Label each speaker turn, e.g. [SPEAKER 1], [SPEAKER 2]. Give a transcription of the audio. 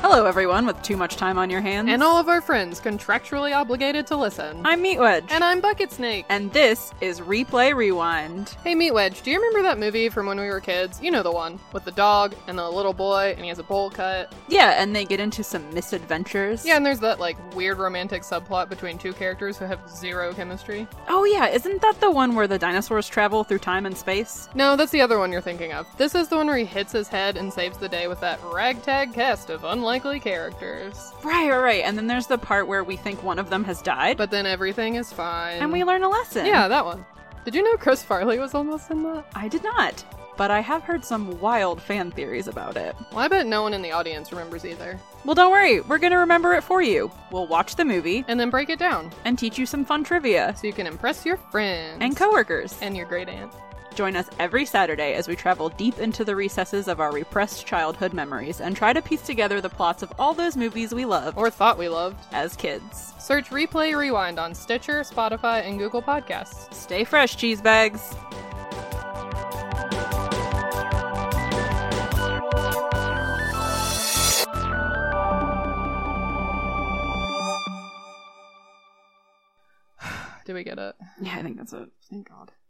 [SPEAKER 1] Hello, everyone with too much time on your hands.
[SPEAKER 2] And all of our friends contractually obligated to listen.
[SPEAKER 1] I'm Meat Wedge.
[SPEAKER 2] and I'm Bucket Snake.
[SPEAKER 1] and this is Replay Rewind.
[SPEAKER 2] Hey, Meat Wedge, do you remember that movie from when we were kids? You know the one with the dog and the little boy, and he has a bowl cut.
[SPEAKER 1] Yeah, and they get into some misadventures.
[SPEAKER 2] Yeah, and there's that like weird romantic subplot between two characters who have zero chemistry.
[SPEAKER 1] Oh, yeah, isn't that the one where the dinosaurs travel through time and space?
[SPEAKER 2] No, that's the other one you're thinking of. This is the one where he hits his head and saves the day with that ragtag cast of unlikely characters.
[SPEAKER 1] Right, right, right. And then there's the part where we think one of them has died,
[SPEAKER 2] But then everything is fine.
[SPEAKER 1] and we learn a lesson.
[SPEAKER 2] Yeah, that one. Did you know Chris Farley was almost in that?
[SPEAKER 1] I did not. But I have heard some wild fan theories about it.
[SPEAKER 2] Well, I bet no one in the audience remembers either.
[SPEAKER 1] Well, don't worry, we're gonna remember it for you. We'll watch the movie
[SPEAKER 2] And then break it down
[SPEAKER 1] and teach you some fun trivia
[SPEAKER 2] so you can impress your friends
[SPEAKER 1] and coworkers.
[SPEAKER 2] and your great aunt.
[SPEAKER 1] Join us every Saturday as we travel deep into the recesses of our repressed childhood memories and try to piece together the plots of all those movies we loved
[SPEAKER 2] Or thought we loved.
[SPEAKER 1] as kids.
[SPEAKER 2] Search Replay Rewind on Stitcher, Spotify, and Google Podcasts.
[SPEAKER 1] Stay fresh, cheese bags.
[SPEAKER 2] Did we get it?
[SPEAKER 1] Yeah, I think that's it.
[SPEAKER 2] Thank God.